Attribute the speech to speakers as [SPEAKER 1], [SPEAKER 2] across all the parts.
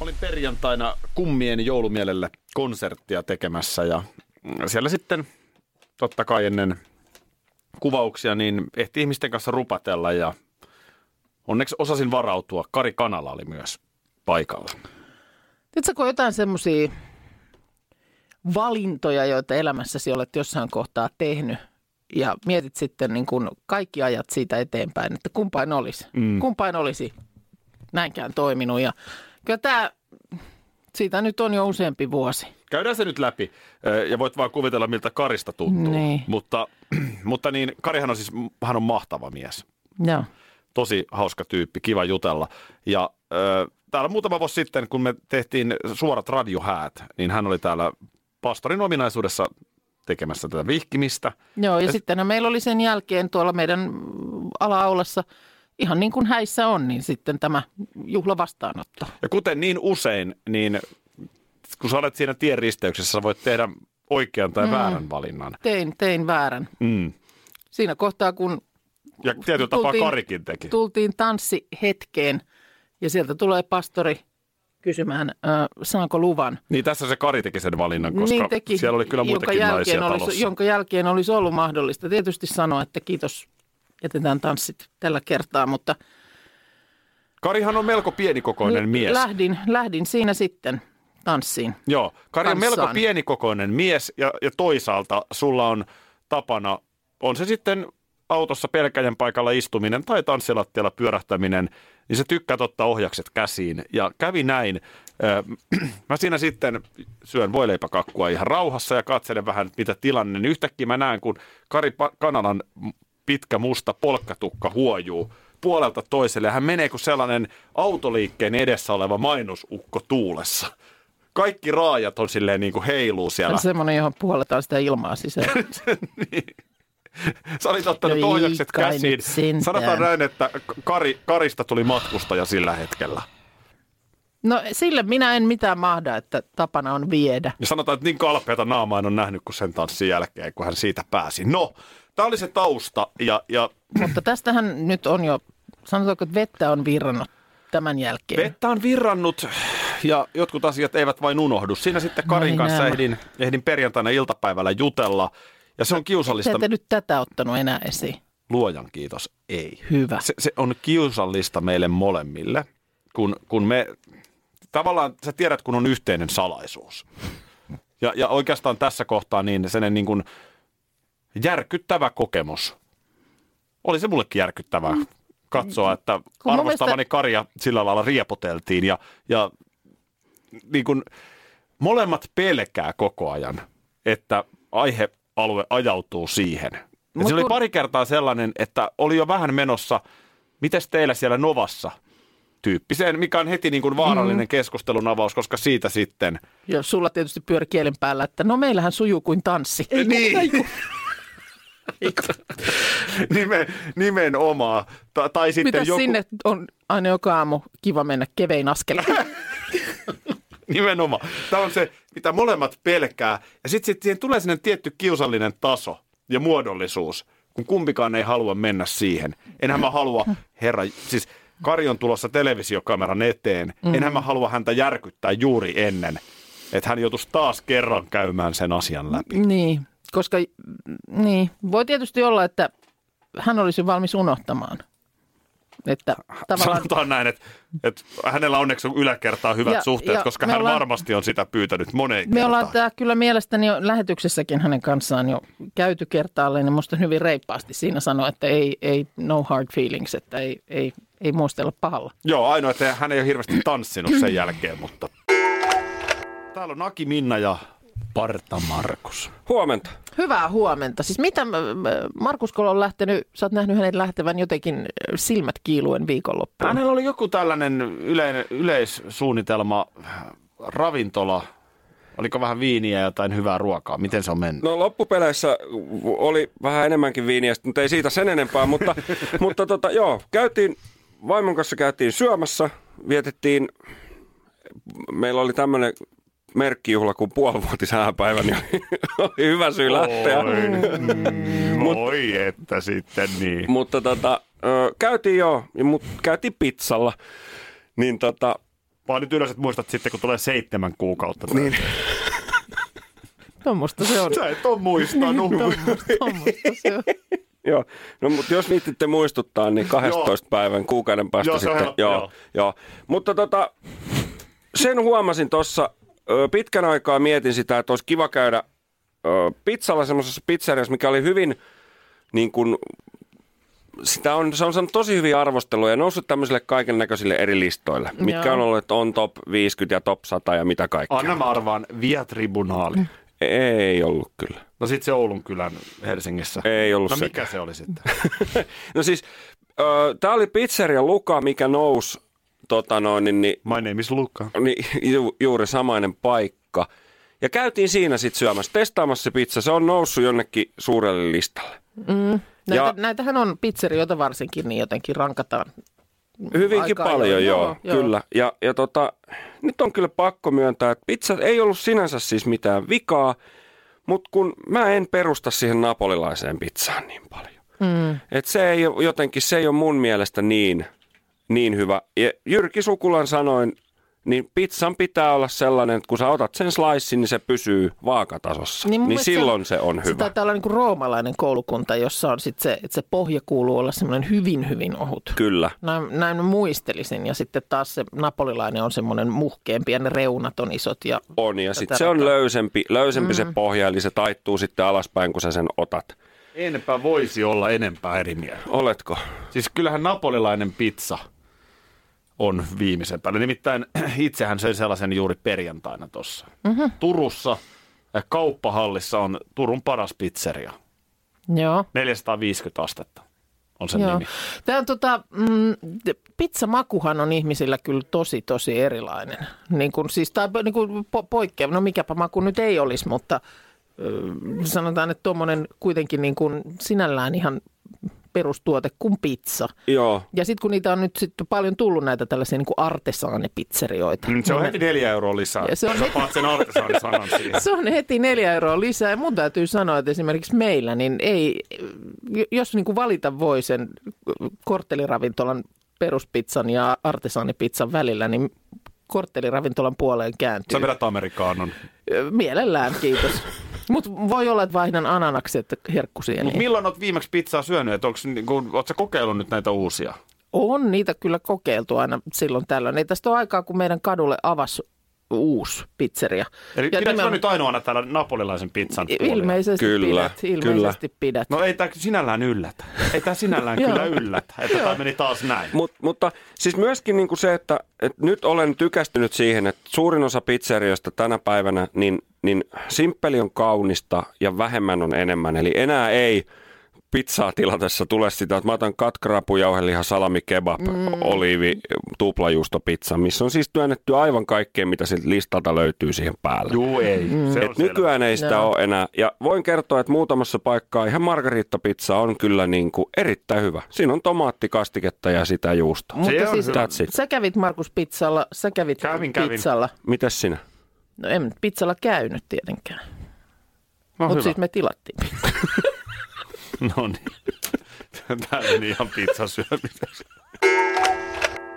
[SPEAKER 1] Olin perjantaina kummien joulumielelle konserttia tekemässä ja siellä sitten totta kai ennen kuvauksia niin ehti ihmisten kanssa rupatella ja onneksi osasin varautua. Kari Kanala oli myös paikalla.
[SPEAKER 2] Tiedätkö, kun on jotain semmoisia valintoja, joita elämässäsi olet jossain kohtaa tehnyt, ja mietit sitten niin kuin kaikki ajat siitä eteenpäin, että kumpain olisi. Mm. Kumpain olisi näinkään toiminut. Ja kyllä tämä, siitä nyt on jo useampi vuosi.
[SPEAKER 1] Käydään se nyt läpi ö, ja voit vaan kuvitella, miltä Karista tuntuu.
[SPEAKER 2] Niin.
[SPEAKER 1] Mutta, mutta niin, Karihan on siis, hän on mahtava mies.
[SPEAKER 2] Joo.
[SPEAKER 1] tosi hauska tyyppi, kiva jutella. Ja ö, täällä muutama vuosi sitten, kun me tehtiin suorat radiohäät, niin hän oli täällä pastorin ominaisuudessa tekemässä tätä vihkimistä.
[SPEAKER 2] Joo, ja sittenhän meillä oli sen jälkeen tuolla meidän ala-aulassa, ihan niin kuin häissä on, niin sitten tämä juhla vastaanotto.
[SPEAKER 1] Ja kuten niin usein, niin kun sä olet siinä tien risteyksessä, sä voit tehdä oikean tai mm. väärän valinnan.
[SPEAKER 2] Tein, tein väärän.
[SPEAKER 1] Mm.
[SPEAKER 2] Siinä kohtaa, kun
[SPEAKER 1] Ja tietyllä tapaa
[SPEAKER 2] Tultiin-
[SPEAKER 1] Karikin teki.
[SPEAKER 2] tultiin tanssihetkeen ja sieltä tulee pastori kysymään, ö, saanko luvan.
[SPEAKER 1] Niin tässä se Kari teki sen valinnan, koska
[SPEAKER 2] niin teki,
[SPEAKER 1] siellä oli kyllä
[SPEAKER 2] jonka
[SPEAKER 1] muitakin naisia
[SPEAKER 2] jälkeen,
[SPEAKER 1] talossa.
[SPEAKER 2] olisi, jonka jälkeen olisi ollut mahdollista tietysti sanoa, että kiitos, jätetään tanssit tällä kertaa, mutta
[SPEAKER 1] Karihan on melko pienikokoinen mies.
[SPEAKER 2] lähdin, lähdin siinä sitten tanssiin.
[SPEAKER 1] Joo, Kari on melko
[SPEAKER 2] kanssaan.
[SPEAKER 1] pienikokoinen mies ja, ja toisaalta sulla on tapana, on se sitten autossa pelkäjän paikalla istuminen tai tanssilattialla pyörähtäminen, niin sä tykkäät ottaa ohjakset käsiin. Ja kävi näin. Ö, Mä siinä sitten syön voileipäkakkua ihan rauhassa ja katselen vähän, että mitä tilanne. Niin yhtäkkiä mä näen, kun Kari Pa- Kanalan pitkä musta polkkatukka huojuu puolelta toiselle. Ja Hän menee kuin sellainen autoliikkeen edessä oleva mainosukko tuulessa. Kaikki raajat on silleen niin kuin heiluu
[SPEAKER 2] Tämä
[SPEAKER 1] siellä.
[SPEAKER 2] on semmoinen, johon puoletaan sitä ilmaa sisään.
[SPEAKER 1] Sä olit ottanut
[SPEAKER 2] No ei
[SPEAKER 1] ohjakset
[SPEAKER 2] kai
[SPEAKER 1] käsiin.
[SPEAKER 2] nyt sentään.
[SPEAKER 1] Sanotaan näin, että Kari, Karista tuli matkustaja sillä hetkellä.
[SPEAKER 2] No sille minä en mitään mahda, että tapana on viedä.
[SPEAKER 1] Ja sanotaan, että niin kalpeata naamaa en ole nähnyt kuin sen tanssin jälkeen, kun hän siitä pääsi. No, tämä oli se tausta ja, ja
[SPEAKER 2] Mutta tästähän nyt on jo, sanotaanko, että vettä on virrannut tämän jälkeen.
[SPEAKER 1] vettä on virrannut ja jotkut asiat eivät vain unohdu. Siinä sitten Karin
[SPEAKER 2] niin, Näin
[SPEAKER 1] kanssa
[SPEAKER 2] nämä.
[SPEAKER 1] ehdin, ehdin perjantaina iltapäivällä jutella ja se on
[SPEAKER 2] Te
[SPEAKER 1] kiusallista.
[SPEAKER 2] ette nyt tätä ottanut enää esiin.
[SPEAKER 1] Luojan kiitos, ei.
[SPEAKER 2] Hyvä.
[SPEAKER 1] Se, se on kiusallista meille molemmille, kun, kun me tavallaan sä tiedät, kun on yhteinen salaisuus. Ja, ja oikeastaan tässä kohtaa niin sen niin kuin järkyttävä kokemus. Oli se mullekin järkyttävää katsoa, että
[SPEAKER 2] Mm. mun
[SPEAKER 1] arvostamani
[SPEAKER 2] mielestä-
[SPEAKER 1] Karja sillä lailla riepoteltiin ja, ja niin kuin molemmat pelkää koko ajan, että aihealue ajautuu siihen. Ja
[SPEAKER 2] Mut
[SPEAKER 1] se oli
[SPEAKER 2] kun-
[SPEAKER 1] pari kertaa sellainen, että oli jo vähän menossa, mites teillä siellä Novassa tyyppiseen, mikä on heti niin kuin
[SPEAKER 2] Mm-hmm.
[SPEAKER 1] vaarallinen mm. keskustelun avaus, koska siitä sitten
[SPEAKER 2] Jos sulla tietysti pyöri kielen päällä, että no meillähän sujuu kuin tanssi. Ei,
[SPEAKER 1] niin. Nime, nimenomaan. Ta, tai sitten
[SPEAKER 2] Mitä
[SPEAKER 1] joku,
[SPEAKER 2] joku... sinne on aina joka aamu kiva mennä kevein askel.
[SPEAKER 1] Nimenomaan. Tämä on se, mitä molemmat pelkää. Ja sitten sit siihen tulee sinne tietty kiusallinen taso ja muodollisuus, kun kumpikaan ei halua mennä siihen. Enhän mä halua, herra, siis Kari on tulossa televisiokameran eteen.
[SPEAKER 2] Mm.
[SPEAKER 1] Enhän mä halua häntä järkyttää juuri ennen, että hän joutuisi taas kerran käymään sen asian läpi.
[SPEAKER 2] niin, koska niin. voi tietysti olla, että hän olisi valmis unohtamaan. Että tavallaan
[SPEAKER 1] Sanotaan näin, että, että hänellä onneksi on yläkertaa hyvät
[SPEAKER 2] Ja-
[SPEAKER 1] suhteet,
[SPEAKER 2] ja
[SPEAKER 1] koska
[SPEAKER 2] me
[SPEAKER 1] hän
[SPEAKER 2] ollaan-
[SPEAKER 1] varmasti on sitä pyytänyt moneen
[SPEAKER 2] Me ollaan
[SPEAKER 1] kertaan.
[SPEAKER 2] tää kyllä mielestäni jo lähetyksessäkin hänen kanssaan jo käyty kertaalleen ja musta hyvin reippaasti siinä sanoi, että ei, ei no hard feelings, että ei, ei, ei muistella pahalla.
[SPEAKER 1] Joo, ainoa, että hän ei ole hirveästi tanssinut sen jälkeen, mutta... Täällä on Aki Minna ja Parta Markus.
[SPEAKER 3] Huomenta.
[SPEAKER 2] Hyvää huomenta. Siis mitä, mä- mä- Markus Kolo on lähtenyt, sä oot nähnyt hänen lähtevän jotenkin ö, silmät kiiluen viikonloppuun.
[SPEAKER 1] Hänellä oli joku tällainen yleinen, yleissuunnitelma, ravintola, oliko vähän viiniä ja jotain hyvää ruokaa, miten se on mennyt?
[SPEAKER 3] No loppupeleissä oli vähän enemmänkin viiniä, sit, mutta ei siitä sen enempää, mutta, mutta tota, joo, käytiin, vaimon kanssa käytiin syömässä, vietettiin, meillä oli tämmöinen merkkijuhla kuin puolivuotisääpäivä, niin oli, oli hyvä syy
[SPEAKER 1] Äh.
[SPEAKER 3] lähteä.
[SPEAKER 1] Mm. Oi, No, että sitten niin.
[SPEAKER 3] Mutta tota, ö, käytiin joo, mutta käytiin pizzalla, niin tota,
[SPEAKER 1] Vaan nyt yleensä muistat sitten, kun tulee seitsemän kuukautta. Niin.
[SPEAKER 2] Tuommoista se on.
[SPEAKER 1] Sä et ole muistanut.
[SPEAKER 2] Tuommoista se on.
[SPEAKER 3] Joo, no mutta jos viittitte muistuttaa, niin 12 päivän kuukauden päästä
[SPEAKER 1] Joo, se on
[SPEAKER 3] sitten.
[SPEAKER 1] helppo,
[SPEAKER 3] joo,
[SPEAKER 1] joo.
[SPEAKER 3] joo. joo. Mutta tota, sen huomasin tuossa, ö, pitkän aikaa mietin sitä, että olisi kiva käydä ö, pizzalla semmoisessa pizzeriassa, mikä oli hyvin niin kuin, sitä on, se on saanut tosi hyviä arvosteluja ja noussut tämmöisille kaiken näköisille eri listoille, joo. mitkä
[SPEAKER 2] Joo.
[SPEAKER 3] on ollut, että on top 50 ja top 100 ja mitä kaikkea.
[SPEAKER 1] Anna mä arvaan, Via Tribunaali.
[SPEAKER 3] Ei ollut kyllä.
[SPEAKER 1] No sit se Oulun kylän Helsingissä.
[SPEAKER 3] Ei ollut
[SPEAKER 1] No
[SPEAKER 3] se.
[SPEAKER 1] mikä se oli sitten?
[SPEAKER 3] No siis, ö, tää oli pizzeria Luka, mikä nousi tota noin, niin, niin,
[SPEAKER 1] My name is Luka.
[SPEAKER 3] niin, ju, juuri samainen paikka. Ja käytiin siinä sitten syömässä, testaamassa se pizza. Se on noussut jonnekin suurelle listalle.
[SPEAKER 2] Näitä,
[SPEAKER 3] Ja-
[SPEAKER 2] Näitähän on pizzerioita varsinkin, niin jotenkin rankataan.
[SPEAKER 3] Hyvinkin
[SPEAKER 2] Aika
[SPEAKER 3] Aika paljon,
[SPEAKER 2] ajoin,
[SPEAKER 3] joo,
[SPEAKER 2] joo,
[SPEAKER 3] joo,
[SPEAKER 2] joo.
[SPEAKER 3] kyllä. Ja, ja tota, nyt on kyllä pakko myöntää, että pizza ei ollut sinänsä siis mitään vikaa, mutta kun mä en perusta siihen napolilaiseen pizzaan niin paljon. Mm. Et se ei ole, jotenkin, se ei ole mun mielestä niin, niin hyvä. Ja Jyrki Sukulan sanoin, niin pizzan pitää olla sellainen, että kun sä otat sen slicein, niin se pysyy vaakatasossa.
[SPEAKER 2] mun
[SPEAKER 3] Niin, niin
[SPEAKER 2] mielestä
[SPEAKER 3] silloin se, on
[SPEAKER 2] Se
[SPEAKER 3] hyvä.
[SPEAKER 2] taitaa olla niin kuin roomalainen koulukunta, jossa on sit se, että se pohja kuuluu olla semmoinen hyvin, hyvin ohut.
[SPEAKER 3] Kyllä.
[SPEAKER 2] Näin, näin mä muistelisin. Ja sitten taas se napolilainen on semmoinen muhkeampi ja ne reunat on isot. Ja,
[SPEAKER 3] On, ja sitten
[SPEAKER 2] Tätä
[SPEAKER 3] se on
[SPEAKER 2] rataa.
[SPEAKER 3] löysempi, löysempi mm. se pohja, eli se taittuu sitten alaspäin, kun sä sen otat.
[SPEAKER 1] Enpä voisi olla enempää eri mieltä.
[SPEAKER 3] Oletko?
[SPEAKER 1] Siis kyllähän napolilainen pizza on viimeisen päälle. Nimittäin itsehän söin sellaisen juuri perjantaina tuossa.
[SPEAKER 2] Mhm.
[SPEAKER 1] Mm-hmm. Turussa äh, kauppahallissa on Turun paras pizzeria.
[SPEAKER 2] joo.
[SPEAKER 1] 450 astetta on sen
[SPEAKER 2] Joo.
[SPEAKER 1] nimi.
[SPEAKER 2] Tämä on tota, mm, pizzamakuhan on ihmisillä kyllä tosi, tosi erilainen. Niin kun, siis, tai niin kun po, poikkea, no mikäpä maku nyt ei olisi, mutta ö, sanotaan, että tuommoinen kuitenkin niin kun sinällään ihan perustuote kuin pizza.
[SPEAKER 3] Joo.
[SPEAKER 2] Ja sitten kun niitä on nyt sit paljon tullut näitä tällaisia niin artesaanipizzerioita. niin
[SPEAKER 1] Mm, Se on heti neljä euroa lisää.
[SPEAKER 2] Ja se on
[SPEAKER 1] Sä paat sen artesaani sanan siihen.
[SPEAKER 2] Se on heti neljä euroa lisää. Ja mun täytyy sanoa, että esimerkiksi meillä, niin ei, jos niin kuin valita voi sen kortteliravintolan peruspizzan ja artesaanipizzan välillä, niin kortteliravintolan puoleen
[SPEAKER 1] Sä
[SPEAKER 2] kääntyy.
[SPEAKER 1] vedät amerikaanon.
[SPEAKER 2] Mielellään, kiitos. Mutta voi olla, että niin. vaihdan ananakset
[SPEAKER 1] Mut
[SPEAKER 2] herkkusieniin.
[SPEAKER 1] milloin oot viimeksi pizzaa syönyt? Et onks, niin kun, oot sä kokeillut nyt näitä uusia?
[SPEAKER 2] On niitä kyllä kokeiltu aina silloin tällöin. Ei tästä ole aikaa, kun meidän kadulle avasi uusi pizzeria.
[SPEAKER 1] Eli pidätkö
[SPEAKER 2] nimen-
[SPEAKER 1] nimen... nyt ainoana täällä napolilaisen pizzan puolella?
[SPEAKER 2] Ilmeisesti
[SPEAKER 3] Kyllä,
[SPEAKER 2] pidät. Ilmeisesti pidät.
[SPEAKER 1] No ei tämä sinällään yllätä. Ei tämä sinällään kyllä
[SPEAKER 2] Joo.
[SPEAKER 1] yllätä, että tämä meni taas näin.
[SPEAKER 3] Mut, mutta siis myöskin niinku se, että, että nyt olen tykästynyt siihen, että suurin osa pizzerioista tänä päivänä, niin, niin simppeli on kaunista ja vähemmän on enemmän. Eli enää ei pizzaa tilatessa tule sitä, että mä otan katkrapu, jauheliha, salami, kebab, mm. oliivi, tuplajuustopizza, missä on siis työnnetty aivan kaikkea, mitä siltä listalta löytyy siihen päälle.
[SPEAKER 1] Juu ei,
[SPEAKER 2] Mm.
[SPEAKER 1] se on
[SPEAKER 3] Et nykyään ei sitä
[SPEAKER 2] Joo.
[SPEAKER 3] ole enää. Ja voin kertoa, että muutamassa paikkaa ihan margariittapizza on kyllä niin kuin erittäin hyvä. Siinä on tomaattikastiketta ja sitä juustoa.
[SPEAKER 1] Se
[SPEAKER 2] Mutta
[SPEAKER 1] on
[SPEAKER 2] siis,
[SPEAKER 1] hyvä.
[SPEAKER 3] That's it.
[SPEAKER 2] sä kävit Markus pizzalla, sä kävit
[SPEAKER 1] Kävin, kävin.
[SPEAKER 2] pizzalla.
[SPEAKER 3] Mitäs sinä?
[SPEAKER 2] No en nyt pizzalla käynyt tietenkään,
[SPEAKER 1] No,
[SPEAKER 2] mutta
[SPEAKER 1] hyvä.
[SPEAKER 2] siis me tilattiin. pizza.
[SPEAKER 1] no niin. Tämä meni ihan pizzasyömiseksi.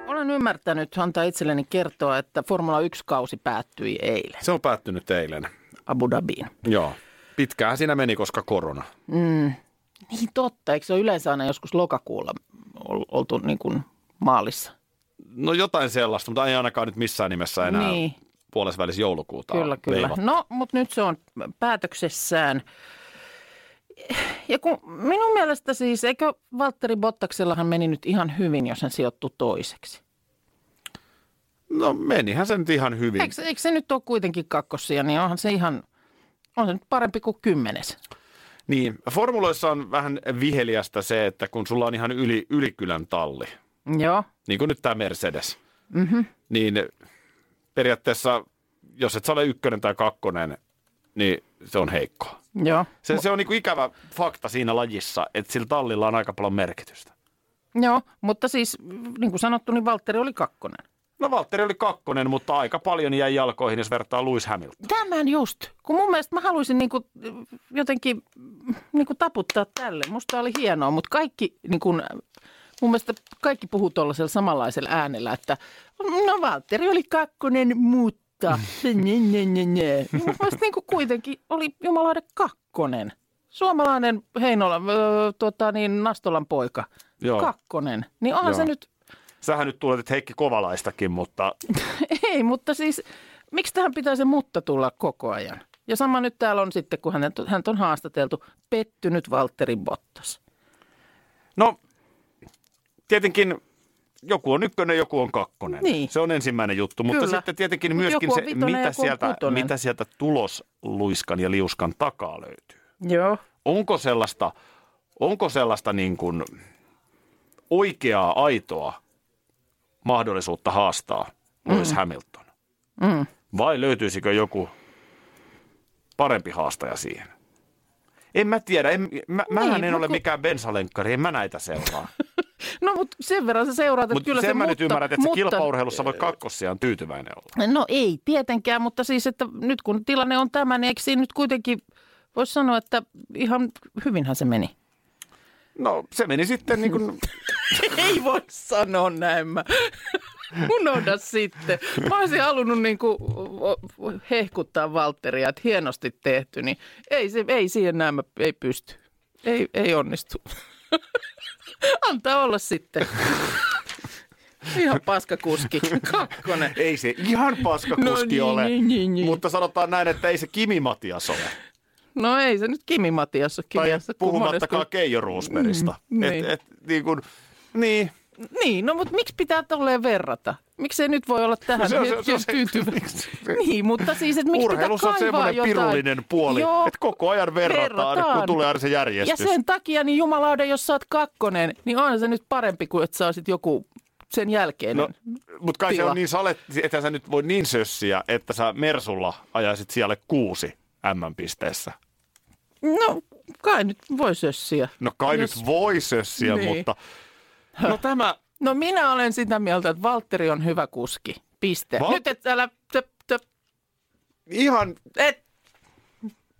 [SPEAKER 2] Olen ymmärtänyt, antaa itselleni kertoa, että Formula 1-kausi päättyi eilen
[SPEAKER 1] Se on päättynyt eilen.
[SPEAKER 2] Abu Dhabiin.
[SPEAKER 1] Joo. Pitkään siinä meni, koska korona.
[SPEAKER 2] Niin totta, eikö se ole yleensä aina joskus lokakuulla ol- oltu niin kuin maalissa?
[SPEAKER 1] No jotain sellaista, mutta ei ainakaan nyt missään nimessä enää niin.
[SPEAKER 2] Niin,
[SPEAKER 1] puolesvälis joulukuuta.
[SPEAKER 2] kyllä, kyllä.
[SPEAKER 1] veivattu.
[SPEAKER 2] No, mutta nyt se on päätöksessään. Ja kun minun mielestä siis, eikö Valtteri Bottaksellahan meni nyt ihan hyvin, jos hän sijoittui toiseksi?
[SPEAKER 1] No menihän se nyt ihan hyvin.
[SPEAKER 2] Eikö, eikö se nyt ole kuitenkin kakkosia, niin onhan se ihan, on se nyt parempi kuin kymmenes.
[SPEAKER 1] Niin, formuloissa on vähän viheliästä se, että kun sulla on ihan yli, ylikylän talli,
[SPEAKER 2] Joo.
[SPEAKER 1] niin kuin nyt tämä Mercedes, mm-hmm. niin periaatteessa, jos et sä ole ykkönen tai kakkonen, niin se on heikkoa.
[SPEAKER 2] Joo.
[SPEAKER 1] Se, se on niin kuin ikävä fakta siinä lajissa, että sillä tallilla on aika paljon merkitystä.
[SPEAKER 2] Joo, mutta siis niin kuin sanottu, niin Valtteri oli kakkonen.
[SPEAKER 1] No Valtteri oli kakkonen, mutta aika paljon jäi jalkoihin, jos vertaa Lewis Hamilton.
[SPEAKER 2] Tämän just, kun mun mielestä mä haluaisin niin kuin, jotenkin niin kuin taputtaa tälle. Musta oli hienoa, mutta kaikki, niin kuin, mun mielestä kaikki puhuu tuollaisella samanlaisella äänellä, että no Valtteri oli kakkonen, mutta se ne, ne, ne, ne. Mun mielestä niin kuin kuitenkin oli jumalainen kakkonen. Suomalainen Heinola, öö, tuota, niin Nastolan poika,
[SPEAKER 1] Joo.
[SPEAKER 2] kakkonen. Niin onhan se
[SPEAKER 1] Joo.
[SPEAKER 2] nyt
[SPEAKER 1] Sähän nyt tulet Heikki Kovalaistakin, mutta
[SPEAKER 2] Ei, mutta siis miksi tähän pitää se mutta tulla koko ajan? Ja sama nyt täällä on sitten, kun hänet, häntä on haastateltu, pettynyt Valtteri Bottas.
[SPEAKER 1] No, tietenkin joku on ykkönen, joku on kakkonen.
[SPEAKER 2] Niin.
[SPEAKER 1] Se on ensimmäinen juttu, mutta
[SPEAKER 2] Kyllä.
[SPEAKER 1] sitten tietenkin
[SPEAKER 2] Mut
[SPEAKER 1] myöskin
[SPEAKER 2] joku
[SPEAKER 1] se,
[SPEAKER 2] on vitonen ja
[SPEAKER 1] mitä
[SPEAKER 2] joku on
[SPEAKER 1] sieltä,
[SPEAKER 2] kutonen.
[SPEAKER 1] mitä sieltä tulosluiskan ja liuskan takaa löytyy.
[SPEAKER 2] Joo.
[SPEAKER 1] Onko sellaista, onko sellaista niin kuin oikeaa, aitoa mahdollisuutta haastaa Lewis mm. Hamilton? Mm. Vai löytyisikö joku parempi haastaja siihen? En mä tiedä. En, mä, mähän en
[SPEAKER 2] no
[SPEAKER 1] ole
[SPEAKER 2] kun-
[SPEAKER 1] mikään bensalenkkari, en mä näitä seuraa.
[SPEAKER 2] No mutta sen verran sä seuraat, että
[SPEAKER 1] Mutta
[SPEAKER 2] No kyllä
[SPEAKER 1] sen
[SPEAKER 2] se
[SPEAKER 1] mä
[SPEAKER 2] mutta,
[SPEAKER 1] nyt ymmärrän, että
[SPEAKER 2] mutta,
[SPEAKER 1] se kilpaurheilussa voi kakkossiaan tyytyväinen olla.
[SPEAKER 2] No ei tietenkään, mutta siis, että nyt kun tilanne on tämä, niin eikö siinä nyt kuitenkin voisi sanoa, että ihan hyvinhän se meni.
[SPEAKER 1] No se meni sitten niin kuin,
[SPEAKER 2] Ei voi sanoa näin mä. Unohda sitten. Mä olisin halunnut niin kuin hehkuttaa Valtteria, että hienosti tehty, niin ei, se, ei siihen näin mä ei pysty. Ei, ei onnistu. Antaa olla sitten. Ihan paskakuski. Kakkonen.
[SPEAKER 1] ei se ihan
[SPEAKER 2] No
[SPEAKER 1] paskakuski
[SPEAKER 2] niin,
[SPEAKER 1] ole,
[SPEAKER 2] niin, niin, niin.
[SPEAKER 1] mutta sanotaan näin, että ei se Kimi Matias ole.
[SPEAKER 2] No ei se nyt Kimi Matias ole
[SPEAKER 1] Tai
[SPEAKER 2] kirjassa. kun
[SPEAKER 1] puhumattakaan
[SPEAKER 2] monesti-
[SPEAKER 1] Keijo Roosbergista.
[SPEAKER 2] Mm,
[SPEAKER 1] Et,
[SPEAKER 2] niin.
[SPEAKER 1] et, niin kuin, niin.
[SPEAKER 2] Niin, no mutta miksi pitää tolleen verrata? Miksi ei nyt voi olla tähän
[SPEAKER 1] se
[SPEAKER 2] no
[SPEAKER 1] on- se on- se on se-
[SPEAKER 2] tyytyväinen? Niin, mutta siis, että miksi
[SPEAKER 1] Urheilussa on
[SPEAKER 2] pitää kaivaa
[SPEAKER 1] semmoinen
[SPEAKER 2] jotain?
[SPEAKER 1] pirullinen puoli,
[SPEAKER 2] Joo,
[SPEAKER 1] että koko ajan verrataan, verrataan. kun tulee aina se
[SPEAKER 2] Ja
[SPEAKER 1] järjestys.
[SPEAKER 2] sen takia, niin jumalaude, jos sä oot kakkonen, niin on se nyt parempi kuin, että sä olisit joku sen jälkeen.
[SPEAKER 1] No,
[SPEAKER 2] No.
[SPEAKER 1] mutta kai se
[SPEAKER 2] tila.
[SPEAKER 1] on niin salet, että sä nyt voi niin sössiä, että sä Mersulla ajaisit siellä kuusi M-pisteessä.
[SPEAKER 2] no, kai nyt voi sössiä.
[SPEAKER 1] No kai
[SPEAKER 2] Jos-
[SPEAKER 1] nyt voi sössiä,
[SPEAKER 2] Niin.
[SPEAKER 1] mutta... No tämä,
[SPEAKER 2] No minä olen sitä mieltä, että Valtteri on hyvä kuski. Piste.
[SPEAKER 1] Val-
[SPEAKER 2] Val- nyt et älä... Töp, töp,
[SPEAKER 1] Ihan,
[SPEAKER 2] et.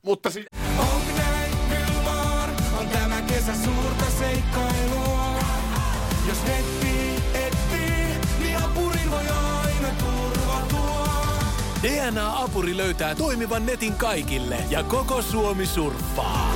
[SPEAKER 1] mutta si-
[SPEAKER 4] On tämä kesä suurta seikkailua. Jos netti etsii, niin apurin voi aina turvatua.
[SPEAKER 5] DNA-apuri löytää toimivan netin kaikille ja koko Suomi surffaa.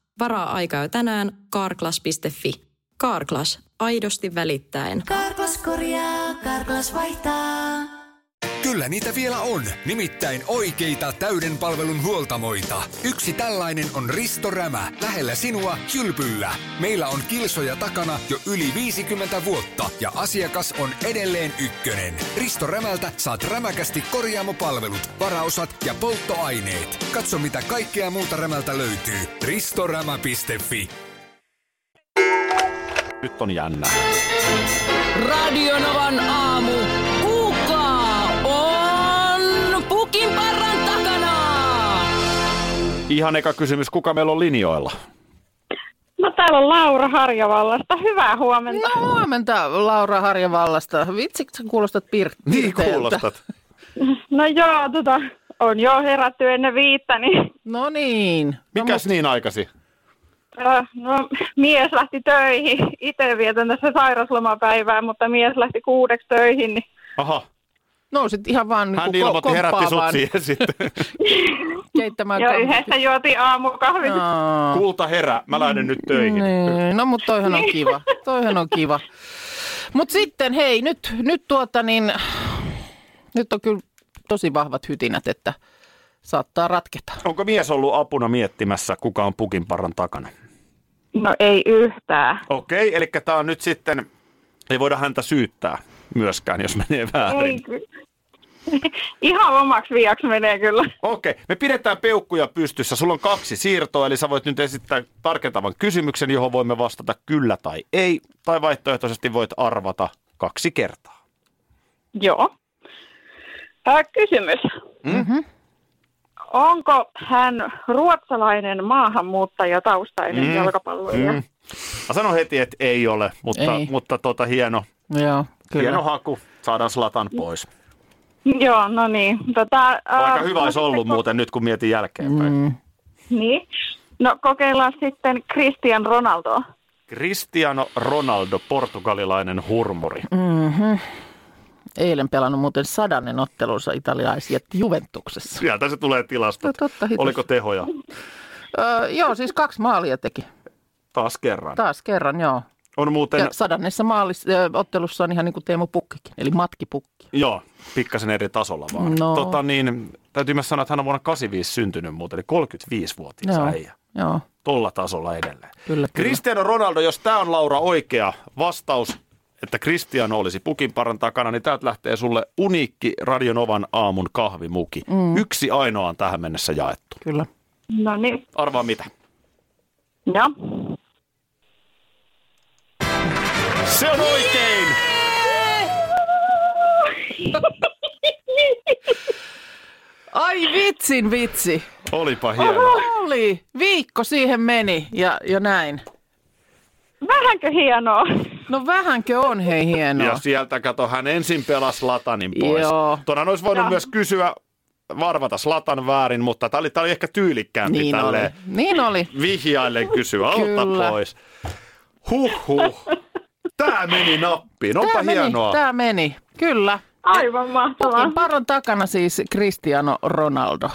[SPEAKER 6] Varaa aikaa jo tänään karklas.fi. Karklas, aidosti välittäen.
[SPEAKER 7] Karklas korjaa, Karklas vaihtaa.
[SPEAKER 5] Kyllä niitä vielä on, nimittäin oikeita täyden palvelun huoltamoita. Yksi tällainen on Risto Rämä, lähellä sinua, kylpyllä. Meillä on kilsoja takana jo yli 50 vuotta ja asiakas on edelleen ykkönen. Risto Rämältä saat rämäkästi korjaamopalvelut, varaosat ja polttoaineet. Katso mitä kaikkea muuta Rämältä löytyy. ristorämä.fi
[SPEAKER 1] nyt on jännä.
[SPEAKER 6] Radionovan aamu. Kuka on pukin parran takana?
[SPEAKER 1] Ihan eka kysymys, kuka meillä on linjoilla?
[SPEAKER 8] No täällä on Laura Harjavallasta. Hyvää huomenta.
[SPEAKER 2] No huomenta Laura Harjavallasta. Vitsi, sä kuulostat pir- pirteältä.
[SPEAKER 1] Niin kuulostat.
[SPEAKER 8] No joo, tota, on jo herätty ennen viittä, niin
[SPEAKER 2] No niin.
[SPEAKER 1] Mikäs niin aikasi?
[SPEAKER 8] äh, no, mies lähti töihin. Itse vietän tässä sairauslomapäivää, mutta mies lähti kuudeksi töihin, niin
[SPEAKER 1] Aha,
[SPEAKER 2] Nousit ihan vaan
[SPEAKER 1] Hän
[SPEAKER 2] niin
[SPEAKER 1] ilmoitti, herätti sut siihen sitten.
[SPEAKER 2] keittämään
[SPEAKER 8] Jo
[SPEAKER 2] kahvia.
[SPEAKER 8] yhdessä juotiin aamukahvit. No.
[SPEAKER 2] Aa,
[SPEAKER 1] Kulta herää, mä lähden nyt töihin.
[SPEAKER 2] Niin, no mutta toihan on kiva, toihan on kiva. Mutta sitten hei, nyt, nyt tuota niin, nyt on kyllä tosi vahvat hytinät, että saattaa ratketa.
[SPEAKER 1] Onko mies ollut apuna miettimässä, kuka on pukin parran takana?
[SPEAKER 8] no ei yhtään.
[SPEAKER 1] Okei, eli tämä on nyt sitten, ei voida häntä syyttää myöskään, jos menee
[SPEAKER 8] Ei,
[SPEAKER 1] väärin.
[SPEAKER 8] ky- Ihan omaksi viaksi menee kyllä.
[SPEAKER 1] Okei, me pidetään peukkuja pystyssä. Sulla on kaksi siirtoa, eli sä voit nyt esittää tarkentavan kysymyksen, johon voimme vastata kyllä tai ei. Tai vaihtoehtoisesti voit arvata kaksi kertaa.
[SPEAKER 8] Joo. Äh, kysymys.
[SPEAKER 2] Mm-hmm.
[SPEAKER 8] Onko hän ruotsalainen maahanmuuttaja taustainen
[SPEAKER 1] Mm.
[SPEAKER 8] mm. jalkapalloilija?
[SPEAKER 1] Mm.
[SPEAKER 8] Mm.
[SPEAKER 1] Mä sanon heti, että ei ole, mutta,
[SPEAKER 2] Ei.
[SPEAKER 1] mutta tota, hieno,
[SPEAKER 2] Joo, kyllä.
[SPEAKER 1] hieno haku. Saadaan slatan pois.
[SPEAKER 8] Joo, no niin. Tota,
[SPEAKER 1] No Aika
[SPEAKER 8] äh,
[SPEAKER 1] hyvä olisi ollut muuten nyt, kun mietin jälkeenpäin.
[SPEAKER 2] Mm.
[SPEAKER 8] Niin. No kokeillaan sitten Christian Ronaldoa.
[SPEAKER 1] Cristiano Ronaldo, portugalilainen hurmuri.
[SPEAKER 2] Mm-hmm. Eilen pelannut muuten sadannen ottelunsa italialaisia Juventuksessa.
[SPEAKER 1] Sieltä se tulee
[SPEAKER 2] No
[SPEAKER 1] tilastot.
[SPEAKER 2] totta, hitos.
[SPEAKER 1] Oliko tehoja?
[SPEAKER 2] Öö, joo, siis kaksi maalia teki.
[SPEAKER 1] Taas kerran.
[SPEAKER 2] Taas kerran, joo.
[SPEAKER 1] On
[SPEAKER 2] Ja
[SPEAKER 1] muuten,
[SPEAKER 2] sadannessa maalis, ö, ottelussa on ihan niin kuin Teemu Pukkikin, eli matkipukki.
[SPEAKER 1] joo, pikkasen eri tasolla vaan.
[SPEAKER 2] No.
[SPEAKER 1] Tota niin, täytyy myös sanoa, että hän on vuonna 85 syntynyt muuten, eli 35-vuotias
[SPEAKER 2] Joo.
[SPEAKER 1] äijä.
[SPEAKER 2] Joo,
[SPEAKER 1] Tolla tasolla edelleen.
[SPEAKER 2] kyllä. kyllä.
[SPEAKER 1] Cristiano Ronaldo, jos tämä on Laura oikea vastaus, että Cristiano olisi pukin paran takana, niin täältä lähtee sulle uniikki Radionovan aamun kahvimuki. Mm. Yksi ainoa on tähän mennessä jaettu.
[SPEAKER 2] kyllä.
[SPEAKER 8] No niin.
[SPEAKER 1] Arvaa mitä?
[SPEAKER 8] Joo.
[SPEAKER 1] Se on oikein!
[SPEAKER 2] Ai vitsin vitsi.
[SPEAKER 1] Olipa hieno.
[SPEAKER 2] Oli. Viikko siihen meni ja, ja näin.
[SPEAKER 8] Vähänkö hienoa?
[SPEAKER 2] No vähänkö on hei
[SPEAKER 1] Ja
[SPEAKER 2] hienoa.
[SPEAKER 1] sieltä kato, hän ensin pelasi Latanin pois.
[SPEAKER 2] Joo.
[SPEAKER 1] Tuonhan olisi voinut
[SPEAKER 8] Joo.
[SPEAKER 1] myös kysyä, varvata Slatan väärin, mutta tämä oli, tää oli ehkä tyylikkäämpi
[SPEAKER 2] Niin oli.
[SPEAKER 1] tälleen.
[SPEAKER 2] Niin oli.
[SPEAKER 1] vihjaillen kysyä, auta
[SPEAKER 2] Kyllä.
[SPEAKER 1] pois. Huhhuh. Tää meni nappiin, onpa
[SPEAKER 2] Tää meni,
[SPEAKER 1] hienoa.
[SPEAKER 2] tää meni. Kyllä.
[SPEAKER 8] Aivan mahtavaa.
[SPEAKER 2] Pukin paron takana siis Cristiano Ronaldo.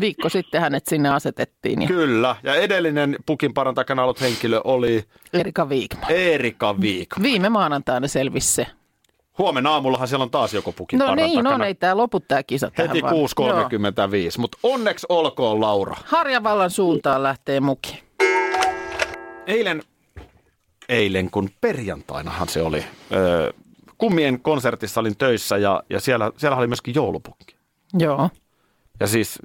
[SPEAKER 2] Viikko sitten hänet sinne asetettiin ja
[SPEAKER 1] Kyllä, ja edellinen pukin paran takana ollut henkilö oli
[SPEAKER 2] Erika Viikman.
[SPEAKER 1] Erika Viikko.
[SPEAKER 2] Viime maanantaina selvisi se.
[SPEAKER 1] Huomenna aamullahan siellä on taas joku pukin
[SPEAKER 2] No
[SPEAKER 1] paran
[SPEAKER 2] niin,
[SPEAKER 1] takana.
[SPEAKER 2] on, ei tämä lopu tämä kisa tähän
[SPEAKER 1] Heti
[SPEAKER 2] vaan.
[SPEAKER 1] 6.35,
[SPEAKER 2] Joo.
[SPEAKER 1] mutta onneksi olkoon Laura.
[SPEAKER 2] Harjavallan suuntaan lähtee muki.
[SPEAKER 1] Eilen, eilen kun perjantainahan se oli, öö, kummien konsertissa olin töissä ja, ja siellä, siellä oli myöskin joulupukki.
[SPEAKER 2] Joo,
[SPEAKER 1] Ja siis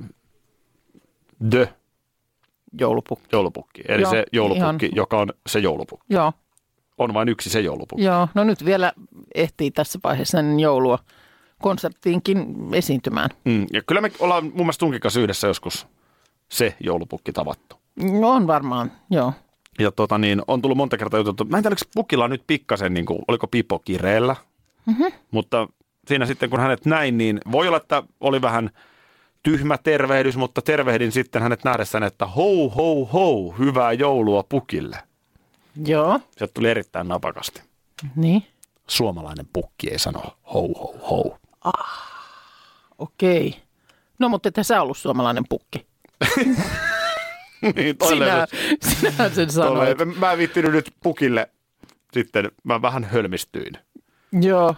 [SPEAKER 1] The
[SPEAKER 2] joulupukki.
[SPEAKER 1] joulupukki. Eli
[SPEAKER 2] Joo,
[SPEAKER 1] se joulupukki,
[SPEAKER 2] ihan.
[SPEAKER 1] joka on se joulupukki.
[SPEAKER 2] Joo,
[SPEAKER 1] On vain yksi se joulupukki.
[SPEAKER 2] joo. No nyt vielä ehtii tässä vaiheessa ennen joulua konserttiinkin esiintymään.
[SPEAKER 1] Mm. Ja kyllä me ollaan mun mielestä tunkin kanssa yhdessä joskus se joulupukki tavattu.
[SPEAKER 2] No on varmaan, joo.
[SPEAKER 1] Ja tota niin, on tullut monta kertaa juteltu. Mä en tiedä, oliko pukilla nyt pikkasen, niin kuin, oliko pipo kireellä. Mm-hmm. Mutta siinä sitten, kun hänet näin, niin voi olla, että oli vähän tyhmä tervehdys, mutta tervehdin sitten hänet nähdessään, että hou, hou, hou, hyvää joulua pukille.
[SPEAKER 2] Joo,
[SPEAKER 1] Se tuli erittäin napakasti.
[SPEAKER 2] niin,
[SPEAKER 1] Suomalainen pukki ei sano hou, hou, hou.
[SPEAKER 2] okei. No mutta et sä ollut suomalainen pukki.
[SPEAKER 1] niin, toi
[SPEAKER 2] Sinä,
[SPEAKER 1] löysi-
[SPEAKER 2] sinä sen sanoit.
[SPEAKER 1] Tolleen, mä en viittinyt nyt pukille sitten, mä vähän hölmistyin.
[SPEAKER 2] Joo.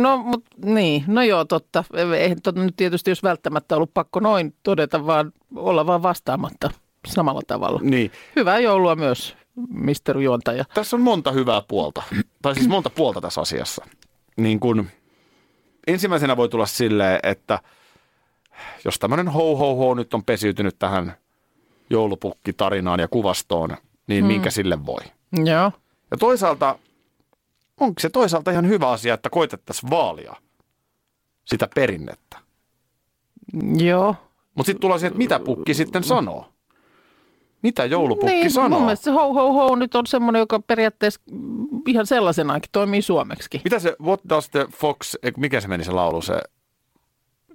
[SPEAKER 2] No, mut, niin. no joo, totta. Eihän tot, nyt tietysti jos välttämättä ollut pakko noin todeta, vaan olla vaan vastaamatta samalla tavalla.
[SPEAKER 1] Niin.
[SPEAKER 2] Hyvää joulua myös, Mr. Juontaja.
[SPEAKER 1] Tässä on monta hyvää puolta, tai siis monta puolta tässä asiassa. Niin kun, ensimmäisenä voi tulla silleen, että jos tämmöinen hou hou hou nyt on pesiytynyt tähän joulupukkitarinaan ja kuvastoon, niin mm.
[SPEAKER 2] Hmm.
[SPEAKER 1] minkä sille voi?
[SPEAKER 2] Joo.
[SPEAKER 1] Ja toisaalta, onko se toisaalta ihan hyvä asia, että koitettaisiin vaalia sitä perinnettä?
[SPEAKER 2] Joo.
[SPEAKER 1] Mutta sitten tulee siihen, että mitä pukki sitten sanoo? Mitä joulupukki
[SPEAKER 2] niin,
[SPEAKER 1] sanoo?
[SPEAKER 2] mun mielestä se hou hou hou nyt on semmoinen, joka periaatteessa mm, ihan sellaisenaankin toimii suomeksi.
[SPEAKER 1] Mitä se What does the fox, ei, mikä se meni se laulu se?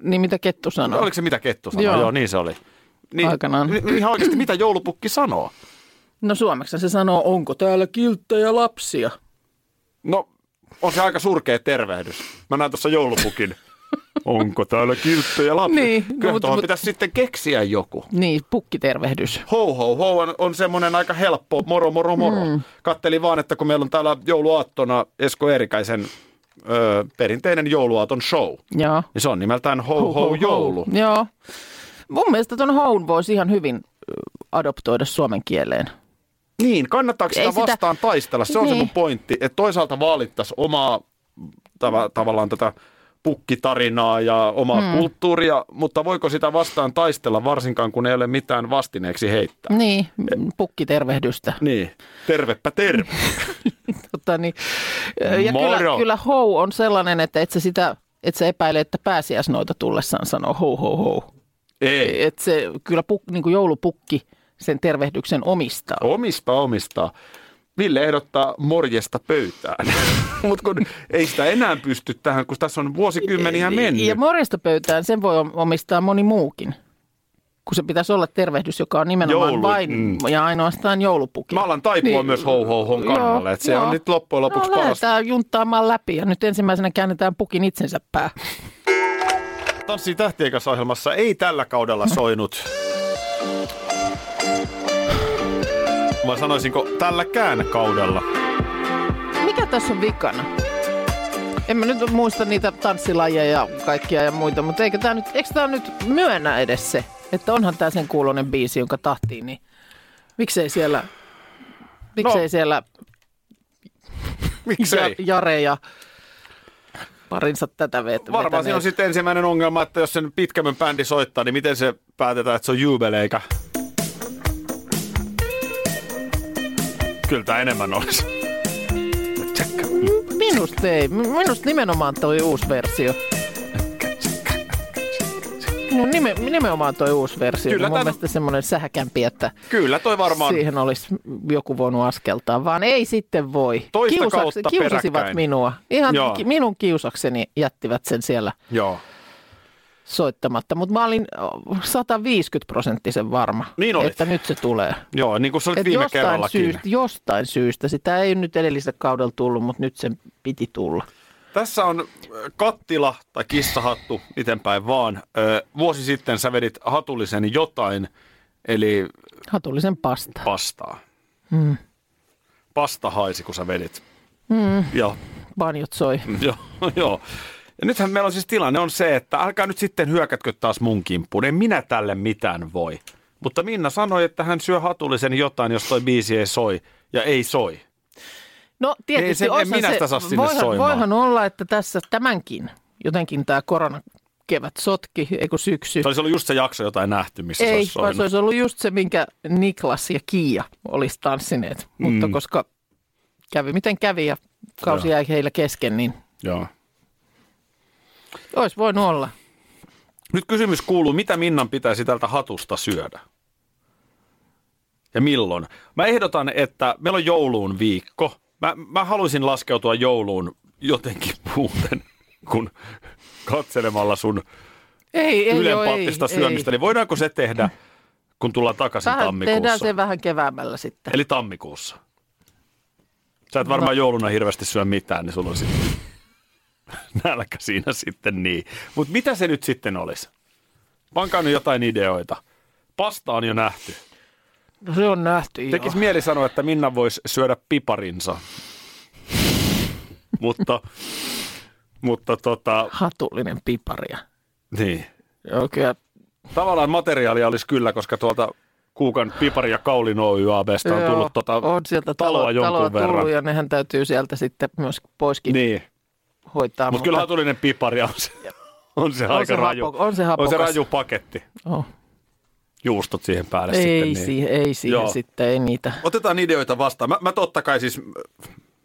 [SPEAKER 2] Niin mitä Kettu sanoo?
[SPEAKER 1] No, Oliko se mitä kettu sanoi? Joo,
[SPEAKER 2] Joo.
[SPEAKER 1] Joo niin se oli. Niin,
[SPEAKER 2] Aikanaan.
[SPEAKER 1] ni- Ihan oikeasti mitä joulupukki sanoo?
[SPEAKER 2] No suomeksi se sanoo, onko täällä kilttejä lapsia?
[SPEAKER 1] No on se aika surkea tervehdys. Mä näen tuossa joulupukin Onko täällä kilttejä lapsia?
[SPEAKER 2] Niin,
[SPEAKER 1] Kyllä
[SPEAKER 2] mut-
[SPEAKER 1] tuohon
[SPEAKER 2] mut-
[SPEAKER 1] pitäisi sitten keksiä joku.
[SPEAKER 2] Niin, pukkitervehdys.
[SPEAKER 1] Ho ho ho on, on semmoinen aika helppo moro moro moro. Mm. Kattelin vaan, että kun meillä on täällä jouluaattona Esko Eerikäisen ö, perinteinen jouluaaton show,
[SPEAKER 2] Joo.
[SPEAKER 1] niin se on nimeltään ho ho, ho joulu.
[SPEAKER 2] Joo. Mun mielestä ton houn voisi ihan hyvin ö, adoptoida suomen kieleen.
[SPEAKER 1] Niin, kannattaako
[SPEAKER 2] Ei
[SPEAKER 1] sitä
[SPEAKER 2] sitä-
[SPEAKER 1] vastaan taistella? Se on se
[SPEAKER 2] Niin.
[SPEAKER 1] mun pointti, että toisaalta vaalittaisiin omaa tav- tavallaan tätä pukkitarinaa ja omaa hmm. kulttuuria, mutta voiko sitä vastaan taistella varsinkaan, kun ei ole mitään vastineeksi heittää?
[SPEAKER 2] Niin, m, pukkitervehdystä.
[SPEAKER 1] Niin, tervepä terve.
[SPEAKER 2] Tota, niin. ö, Ja kyllä,
[SPEAKER 1] Moro.
[SPEAKER 2] kyllä hou on sellainen, että et sä sitä et sä epäile, että pääsiäisnoita tullessaan sanoo hou hou hou.
[SPEAKER 1] ei,
[SPEAKER 2] Et se kyllä puk, niin kuin joulupukki sen tervehdyksen omistaa.
[SPEAKER 1] omista omistaa. Ville ehdottaa morjesta pöytään, mutta kun ei sitä enää pysty tähän, kun tässä on vuosikymmeniä mennyt.
[SPEAKER 2] Ja morjesta pöytään sen voi om- omistaa moni muukin. Kun se pitäisi olla tervehdys, joka on nimenomaan
[SPEAKER 1] Joulu-
[SPEAKER 2] Joulu. vain
[SPEAKER 1] mm.
[SPEAKER 2] ja ainoastaan joulupukin.
[SPEAKER 1] Mä alan taipua niin, myös ho ho hon kannalle, että se
[SPEAKER 2] joo.
[SPEAKER 1] on nyt loppujen lopuksi
[SPEAKER 2] no,
[SPEAKER 1] parasta.
[SPEAKER 2] lähdetään junttaamaan läpi ja nyt ensimmäisenä käännetään pukin itsensä pää.
[SPEAKER 1] Tanssii tähtien kanssa ohjelmassa ei tällä kaudella soinut. Vai sanoisinko tälläkään kaudella?
[SPEAKER 2] Mikä tässä on vikana? En mä nyt muista niitä tanssilajeja ja kaikkia ja muita, mutta eikö tää nyt, eikö tää nyt myönnä edes se, että onhan tää sen kuulonen biisi, jonka tahtiin, niin miksei siellä, miksei
[SPEAKER 1] No,
[SPEAKER 2] siellä ja,
[SPEAKER 1] Miksei?
[SPEAKER 2] Jare ja parinsa tätä vet,
[SPEAKER 1] Varmaan siinä on
[SPEAKER 2] vetäneet.
[SPEAKER 1] sitten ensimmäinen ongelma, että jos sen pitkämmön bändi soittaa, niin miten se päätetään, että se on jubele eikä... Kyllä tämä enemmän olisi.
[SPEAKER 2] Minusta ei, minusta nimenomaan toi uusi versio. No nime, nimenomaan toi uusi versio.
[SPEAKER 1] Kyllä
[SPEAKER 2] Kyllä, mun
[SPEAKER 1] tän-
[SPEAKER 2] mielestä semmoinen sähäkämpi, että
[SPEAKER 1] Kyllä, toi varmaan...
[SPEAKER 2] Siihen olisi joku voinut askeltaa, vaan ei sitten voi.
[SPEAKER 1] Toista kautta
[SPEAKER 2] kiusasivat
[SPEAKER 1] peräkkäin.
[SPEAKER 2] minua. Ihan
[SPEAKER 1] Joo.
[SPEAKER 2] ki- minun kiusakseni jättivät sen siellä
[SPEAKER 1] Joo.
[SPEAKER 2] soittamatta, mutta mä olin oh, 150 prosenttisen varma,
[SPEAKER 1] Niin olit.
[SPEAKER 2] että nyt se tulee.
[SPEAKER 1] Joo, niin kuin sä olit
[SPEAKER 2] Et
[SPEAKER 1] viime
[SPEAKER 2] jostain,
[SPEAKER 1] kerrallakin.
[SPEAKER 2] syystä, jostain syystä, sitä ei nyt edellisellä kaudella tullut, mutta nyt sen piti tulla.
[SPEAKER 1] Tässä on ö, kattila tai kissahattu, miten päin vaan. Ö, Vuosi sitten sä vedit hatullisen jotain, eli
[SPEAKER 2] Hatullisen pasta.
[SPEAKER 1] pastaa. Hmm. Pasta haisi, kun sä vedit. Hmm. Joo,
[SPEAKER 2] Banjot soi.
[SPEAKER 1] joo, joo. Ja nythän meillä on siis tilanne on se, että älkää nyt sitten hyökätkö taas mun kimppuun. En minä tälle mitään voi. Mutta Minna sanoi, että hän syö hatullisen jotain, jos toi biisi ei soi. Ja ei soi.
[SPEAKER 2] No
[SPEAKER 1] Ei
[SPEAKER 2] tietysti
[SPEAKER 1] se- en
[SPEAKER 2] onhan
[SPEAKER 1] minä
[SPEAKER 2] se,
[SPEAKER 1] sitä saa sinne
[SPEAKER 2] voihan,
[SPEAKER 1] soimaan.
[SPEAKER 2] voihan olla, että tässä tämänkin jotenkin tämä korona kevät sotki, eikö syksy.
[SPEAKER 1] Se olisi ollut just se jakso, jota ei nähty, missä se
[SPEAKER 2] Ei,
[SPEAKER 1] olisi
[SPEAKER 2] vaan
[SPEAKER 1] soinut.
[SPEAKER 2] se olisi ollut just se, minkä Niklas ja Kiia olisi tanssineet. Mutta koska kävi miten kävi ja kausi
[SPEAKER 1] Mm. Joo.
[SPEAKER 2] jäi heillä kesken, niin
[SPEAKER 1] Joo.
[SPEAKER 2] olisi voinut olla.
[SPEAKER 1] Nyt kysymys kuuluu, mitä Minnan pitäisi tältä hatusta syödä? Ja milloin? Mä ehdotan, että meillä on jouluun viikko. Mä, mä haluaisin laskeutua jouluun jotenkin muuten kuin katselemalla sun
[SPEAKER 2] Ei, ei, joo, ei,
[SPEAKER 1] ylenpalttista syömistä.
[SPEAKER 2] ei.
[SPEAKER 1] Eli voidaanko se tehdä, kun tullaan takaisin
[SPEAKER 2] Vähän, tehdään
[SPEAKER 1] tammikuussa?
[SPEAKER 2] se vähän keväämällä sitten.
[SPEAKER 1] Eli tammikuussa. Sä et varmaan
[SPEAKER 2] No.
[SPEAKER 1] jouluna hirveästi syö mitään, niin sulla on sitten nälkä siinä sitten niin. Mutta mitä se nyt sitten olisi? Pankaa nyt jotain ideoita. Pasta on jo nähty.
[SPEAKER 2] No, se on nähty jo.
[SPEAKER 1] Tekis mieli sanoa, että Minna voisi syödä piparinsa. mutta, mutta tota,
[SPEAKER 2] Hatullinen piparia.
[SPEAKER 1] niin.
[SPEAKER 2] Joo, kyllä.
[SPEAKER 1] Tavallaan materiaalia olisi kyllä, koska tuolta Kuukan Pipari ja Kaulin Oy ABsta on
[SPEAKER 2] Joo,
[SPEAKER 1] tullut tota
[SPEAKER 2] on sieltä
[SPEAKER 1] taloa
[SPEAKER 2] talo,
[SPEAKER 1] jonkun
[SPEAKER 2] taloa
[SPEAKER 1] verran.
[SPEAKER 2] tullut ja nehän täytyy sieltä sitten myös poiskin
[SPEAKER 1] Niin.
[SPEAKER 2] hoitaa.
[SPEAKER 1] Mutta kyllä hatullinen pipari on se, on se
[SPEAKER 2] On
[SPEAKER 1] aika
[SPEAKER 2] se
[SPEAKER 1] raju.
[SPEAKER 2] hapo- on se hapokas.
[SPEAKER 1] on se raju paketti.
[SPEAKER 2] Oh.
[SPEAKER 1] Juustot siihen päälle
[SPEAKER 2] Ei,
[SPEAKER 1] sitten. Niin.
[SPEAKER 2] siihen, ei siihen
[SPEAKER 1] Joo.
[SPEAKER 2] sitten, ei niitä.
[SPEAKER 1] Otetaan ideoita vastaan. Mä, mä totta kai siis,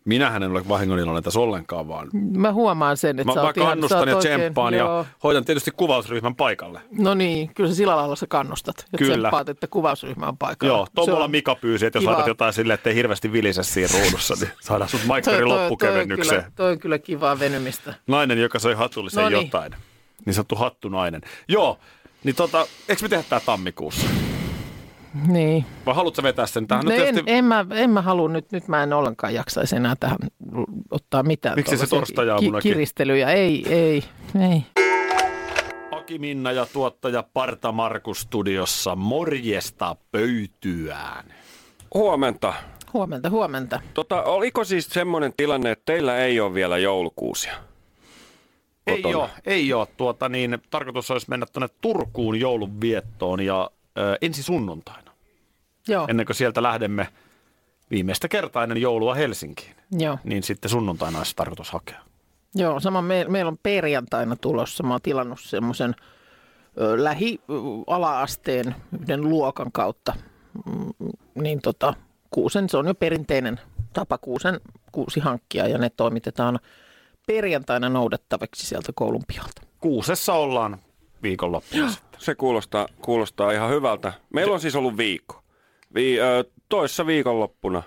[SPEAKER 1] minähän en ole vahingonillinen tässä ollenkaan, vaan
[SPEAKER 2] Mä huomaan sen, että
[SPEAKER 1] mä,
[SPEAKER 2] sä
[SPEAKER 1] mä
[SPEAKER 2] oot ihan, sä
[SPEAKER 1] kannustan
[SPEAKER 2] oot
[SPEAKER 1] ja
[SPEAKER 2] oikein-
[SPEAKER 1] tsemppaan ja
[SPEAKER 2] joo.
[SPEAKER 1] hoidan tietysti kuvausryhmän paikalle.
[SPEAKER 2] No niin, kyllä sä sillä lailla sä kannustat ja
[SPEAKER 1] Kyllä.
[SPEAKER 2] kyllä. tsemppaat, että kuvausryhmä on paikalla.
[SPEAKER 1] Joo,
[SPEAKER 2] Se
[SPEAKER 1] Tommola
[SPEAKER 2] on-
[SPEAKER 1] Mika pyysi, että jos
[SPEAKER 2] kiva.
[SPEAKER 1] laitat jotain silleen, ettei hirveästi vilise siinä ruudussa, niin saadaan sut
[SPEAKER 2] Toi-
[SPEAKER 1] maikkarin
[SPEAKER 2] toi- Toi, on
[SPEAKER 1] loppukevennykseen.
[SPEAKER 2] kyllä, toi on kyllä kivaa venymistä.
[SPEAKER 1] Nainen, joka söi hatullisen
[SPEAKER 2] Noniin.
[SPEAKER 1] jotain. Niin sanottu hattunainen. Joo, niin tota, eikö me tehdä tää tammikuussa?
[SPEAKER 2] Niin.
[SPEAKER 1] Vai haluatko sä vetää sen tähän?
[SPEAKER 2] No
[SPEAKER 1] No
[SPEAKER 2] en,
[SPEAKER 1] tietysti-
[SPEAKER 2] en, mä, en mä halua nyt, nyt mä en ollenkaan jaksaisi enää tähän ottaa mitään.
[SPEAKER 1] Miksi se
[SPEAKER 2] tollasia
[SPEAKER 1] torstai-aamunakin?
[SPEAKER 2] Ki, kiristelyjä, ei, ei, ei.
[SPEAKER 1] Aki Minna ja tuottaja Parta Markus studiossa. Morjesta pöytyään.
[SPEAKER 3] Huomenta.
[SPEAKER 2] Huomenta, huomenta.
[SPEAKER 3] Tota, oliko siis semmoinen tilanne, että teillä ei ole vielä joulukuusia?
[SPEAKER 1] Ei
[SPEAKER 3] Kotona.
[SPEAKER 1] ole, ei ole. Tuota, niin, tarkoitus olisi mennä tuonne Turkuun joulunviettoon ja ö, ensi sunnuntaina,
[SPEAKER 2] Joo, en...
[SPEAKER 1] ennen kuin sieltä lähdemme viimeistä kertaa ennen joulua Helsinkiin.
[SPEAKER 2] joo,
[SPEAKER 1] Niin sitten sunnuntaina olisi tarkoitus hakea.
[SPEAKER 2] joo. Sama me, meillä on perjantaina tulossa. Mä oon tilannut semmoisen lähi-alaasteen yhden luokan kautta. Mm, Niin tota, kuusen, se on jo perinteinen tapa kuusen kuusi hankkia ja ne toimitetaan perjantaina noudattaviksi sieltä koulun pihalta.
[SPEAKER 1] Kuusessa ollaan viikonloppuna. sitten.
[SPEAKER 3] Se kuulostaa, kuulostaa ihan hyvältä. Meillä on siis ollut viikko. Vi, ö, toissa viikonloppuna.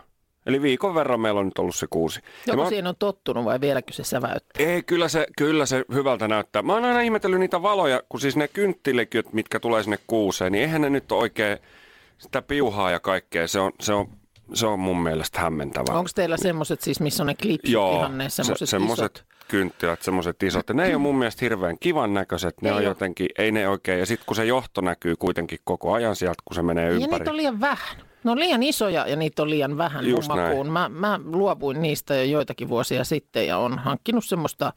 [SPEAKER 3] Eli viikon verran meillä on nyt ollut se kuusi. Ja
[SPEAKER 2] Joko
[SPEAKER 3] mä oon-
[SPEAKER 2] siihen on tottunut vai vieläkö se säväyttää?
[SPEAKER 3] Ei, kyllä se, kyllä se hyvältä näyttää. Mä oon aina ihmetellyt niitä valoja, kun siis ne kynttilekyt, mitkä tulee sinne kuuseen, niin eihän ne nyt ole oikein sitä piuhaa ja kaikkea. Se on, se on, se on mun mielestä hämmentävää.
[SPEAKER 2] Onko teillä semmoiset siis, missä on ne klipsit ihan ne semmoiset se,
[SPEAKER 3] semmoset kynttilät, semmoiset isot. Ja ne ei ole mun mielestä hirveän kivan näköiset. Ne
[SPEAKER 2] Ei
[SPEAKER 3] ei on
[SPEAKER 2] oo.
[SPEAKER 3] jotenkin, ei ne oikein. Ja sitten kun se johto näkyy kuitenkin koko ajan sieltä, kun se menee
[SPEAKER 2] Ja
[SPEAKER 3] ympäri.
[SPEAKER 2] niitä on liian vähän. Ne on liian isoja ja niitä on liian vähän mun
[SPEAKER 3] Just näin.
[SPEAKER 2] makuun. Mä, mä luopuin niistä jo joitakin vuosia sitten ja on hankkinut semmoista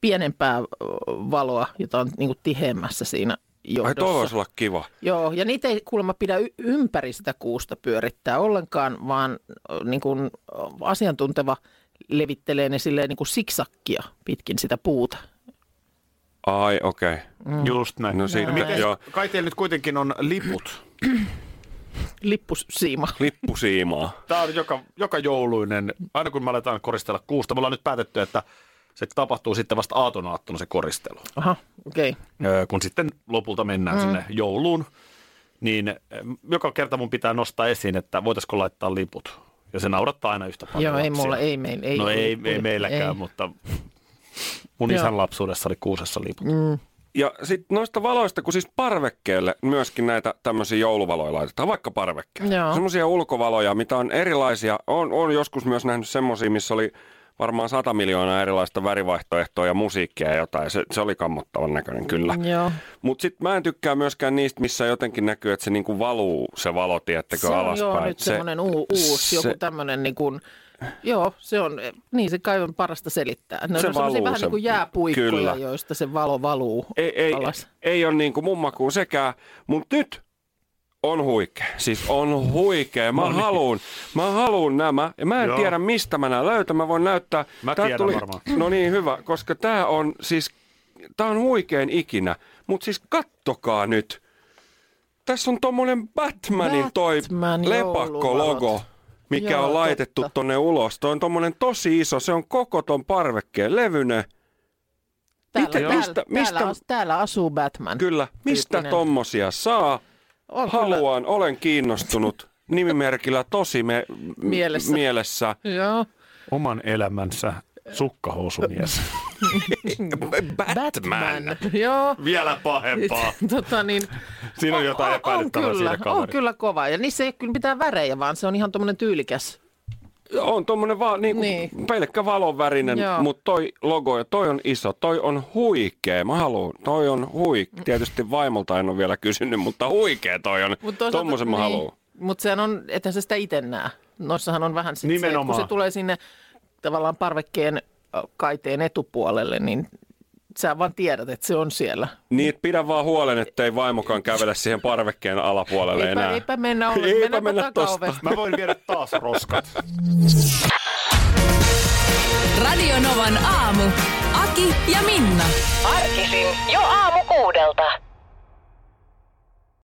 [SPEAKER 2] pienempää ö, valoa, jota on niin tiheämmässä siinä
[SPEAKER 3] Ai toi voisi
[SPEAKER 2] johdossa.
[SPEAKER 3] olla kiva.
[SPEAKER 2] Joo, ja niitä ei kuulemma pidä y- ympäri sitä kuusta pyörittää ollenkaan, vaan ö, niin kuin, ö, asiantunteva levittelee ne silleen niin kuin siksakkia pitkin sitä puuta.
[SPEAKER 3] Ai okei. Okay.
[SPEAKER 1] Mm. Just näin.
[SPEAKER 3] No siinä,
[SPEAKER 2] Näin.
[SPEAKER 3] joo.
[SPEAKER 1] Kai teillä nyt kuitenkin on liput.
[SPEAKER 2] Lippusiima.
[SPEAKER 3] Lippusiimaa.
[SPEAKER 1] Tämä on joka, joka jouluinen, aina kun me aletaan koristella kuusta. Me ollaan nyt päätetty, että se tapahtuu sitten vasta aatonaattona se koristelu.
[SPEAKER 2] Aha, okei. Okay.
[SPEAKER 1] Öö, kun sitten lopulta mennään mm. sinne jouluun, niin ö, joka kerta mun pitää nostaa esiin, että voitaisiko laittaa liput. Ja se naurattaa aina yhtä paljon
[SPEAKER 2] Joo, ei
[SPEAKER 1] lapsia.
[SPEAKER 2] mulla, ei meillä. Ei,
[SPEAKER 1] no ei, ei
[SPEAKER 2] lippuja.
[SPEAKER 1] meilläkään, ei. mutta mun
[SPEAKER 2] Joo. Mm.
[SPEAKER 1] isän lapsuudessa oli kuusessa liput.
[SPEAKER 3] Ja sitten noista valoista, kun siis parvekkeelle myöskin näitä tämmöisiä jouluvaloja laitetaan, vaikka parvekkeelle.
[SPEAKER 2] Joo.
[SPEAKER 3] Semmoisia ulkovaloja, mitä on erilaisia. On, on joskus myös nähnyt semmoisia, missä oli varmaan 100 miljoonaa erilaista värivaihtoehtoa ja musiikkia ja jotain. Se, se oli kammottavan näköinen kyllä.
[SPEAKER 2] Joo.
[SPEAKER 3] Mutta sitten mä en tykkää myöskään niistä, missä jotenkin näkyy, että se niinku valuu se valo, tiettäkö,
[SPEAKER 2] se on
[SPEAKER 3] alaspäin.
[SPEAKER 2] joo, nyt semmoinen uu, uusi, se, joku tämmöinen niin kuin, joo, se on, niin se kai on parasta selittää. Ne
[SPEAKER 3] Se
[SPEAKER 2] on semmoisia
[SPEAKER 3] valuu
[SPEAKER 2] vähän
[SPEAKER 3] se-
[SPEAKER 2] niin kuin jääpuikkoja,
[SPEAKER 3] kyllä.
[SPEAKER 2] joista se valo valuu
[SPEAKER 3] ei, ei,
[SPEAKER 2] alas.
[SPEAKER 3] ei ole niin kuin mun makuun sekään, mutta nyt on huikea. Siis on huikea.
[SPEAKER 2] No
[SPEAKER 3] Mä
[SPEAKER 2] niin.
[SPEAKER 3] haluun, mä haluun nämä. Ja mä en
[SPEAKER 1] Joo.
[SPEAKER 3] Joo. tiedä, mistä mä nämä löytän. Mä voin näyttää.
[SPEAKER 1] Mä
[SPEAKER 3] Tää
[SPEAKER 1] tiedän varmaan.
[SPEAKER 3] No niin, hyvä, koska tää on siis, tää on huikein ikinä. Mutta siis kattokaa nyt. Tässä on tommonen Batmanin toi
[SPEAKER 2] Batman
[SPEAKER 3] lepakkologo,
[SPEAKER 2] jouluvalot.
[SPEAKER 3] mikä
[SPEAKER 2] Joo,
[SPEAKER 3] on laitettu
[SPEAKER 2] totta.
[SPEAKER 3] tonne ulos. Toi on tommonen tosi iso, se on koko ton parvekkeen levyne.
[SPEAKER 2] Täällä,
[SPEAKER 3] miten-
[SPEAKER 2] täällä,
[SPEAKER 3] mistä- mistä-
[SPEAKER 2] Täällä, as- täällä asuu Batman.
[SPEAKER 3] Kyllä, mistä
[SPEAKER 2] Tyyppinen.
[SPEAKER 3] tommosia saa?
[SPEAKER 2] On kyllä-
[SPEAKER 3] Haluan, olen kiinnostunut. Nimimerkillä tosi me, m-
[SPEAKER 2] Mielessä.
[SPEAKER 3] mielessä.
[SPEAKER 2] Joo.
[SPEAKER 1] Oman elämänsä sukkahousumies.
[SPEAKER 2] Batman. Joo.
[SPEAKER 1] Vielä pahempaa.
[SPEAKER 2] tota niin,
[SPEAKER 1] Siinä on jotain
[SPEAKER 2] on
[SPEAKER 1] epäilyttävää
[SPEAKER 2] kyllä,
[SPEAKER 1] siinä
[SPEAKER 2] on
[SPEAKER 1] kaverissa.
[SPEAKER 2] kyllä kova. Ja niissä ei ole kyllä mitään värejä, vaan se on ihan tuommoinen tyylikäs.
[SPEAKER 3] On tuommoinen va, niinku,
[SPEAKER 2] Niin.
[SPEAKER 3] niin. pelkkä valonvärinen,
[SPEAKER 2] Joo.
[SPEAKER 3] mutta toi logo ja toi on iso. Toi on huikea. Mä haluan. Toi on huikea. Tietysti vaimolta en ole vielä kysynyt, mutta huikea toi on.
[SPEAKER 2] Mut toisaalta- niin.
[SPEAKER 3] Tommosen mä haluan.
[SPEAKER 2] Mutta sehän on, ethän se sitä itse näe. Noissahan on vähän sit se, että kun
[SPEAKER 1] Nimenomaan.
[SPEAKER 2] se tulee sinne tavallaan parvekkeen ö, kaiteen etupuolelle, niin sä vaan tiedät, että se on siellä.
[SPEAKER 3] Niin, et pidä vaan huolen, ettei vaimokaan kävele siihen parvekkeen alapuolelle
[SPEAKER 2] Eipä,
[SPEAKER 3] enää.
[SPEAKER 2] eipä mennä ole,
[SPEAKER 3] Eipä
[SPEAKER 2] mennäpä
[SPEAKER 3] mennä
[SPEAKER 2] takaovesta.
[SPEAKER 1] Mä voin viedä taas roskat.
[SPEAKER 9] Radio Novan aamu. Aki ja Minna.
[SPEAKER 10] Arkisin jo aamu kuudelta.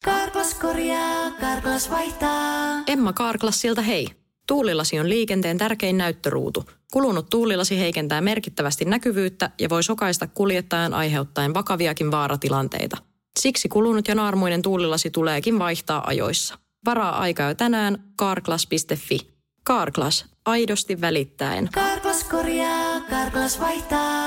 [SPEAKER 7] Karklas korjaa, Karklas vaihtaa.
[SPEAKER 6] Emma Kaarklas siltä hei. Tuulilasi on liikenteen tärkein näyttöruutu. Kulunut tuulilasi heikentää merkittävästi näkyvyyttä ja voi sokaista kuljettajan aiheuttaen vakaviakin vaaratilanteita. Siksi kulunut ja naarmuinen tuulilasi tuleekin vaihtaa ajoissa. Varaa aikaa jo tänään karklas.fi. Karklas, aidosti välittäen.
[SPEAKER 7] Karklas korjaa, Karklas vaihtaa.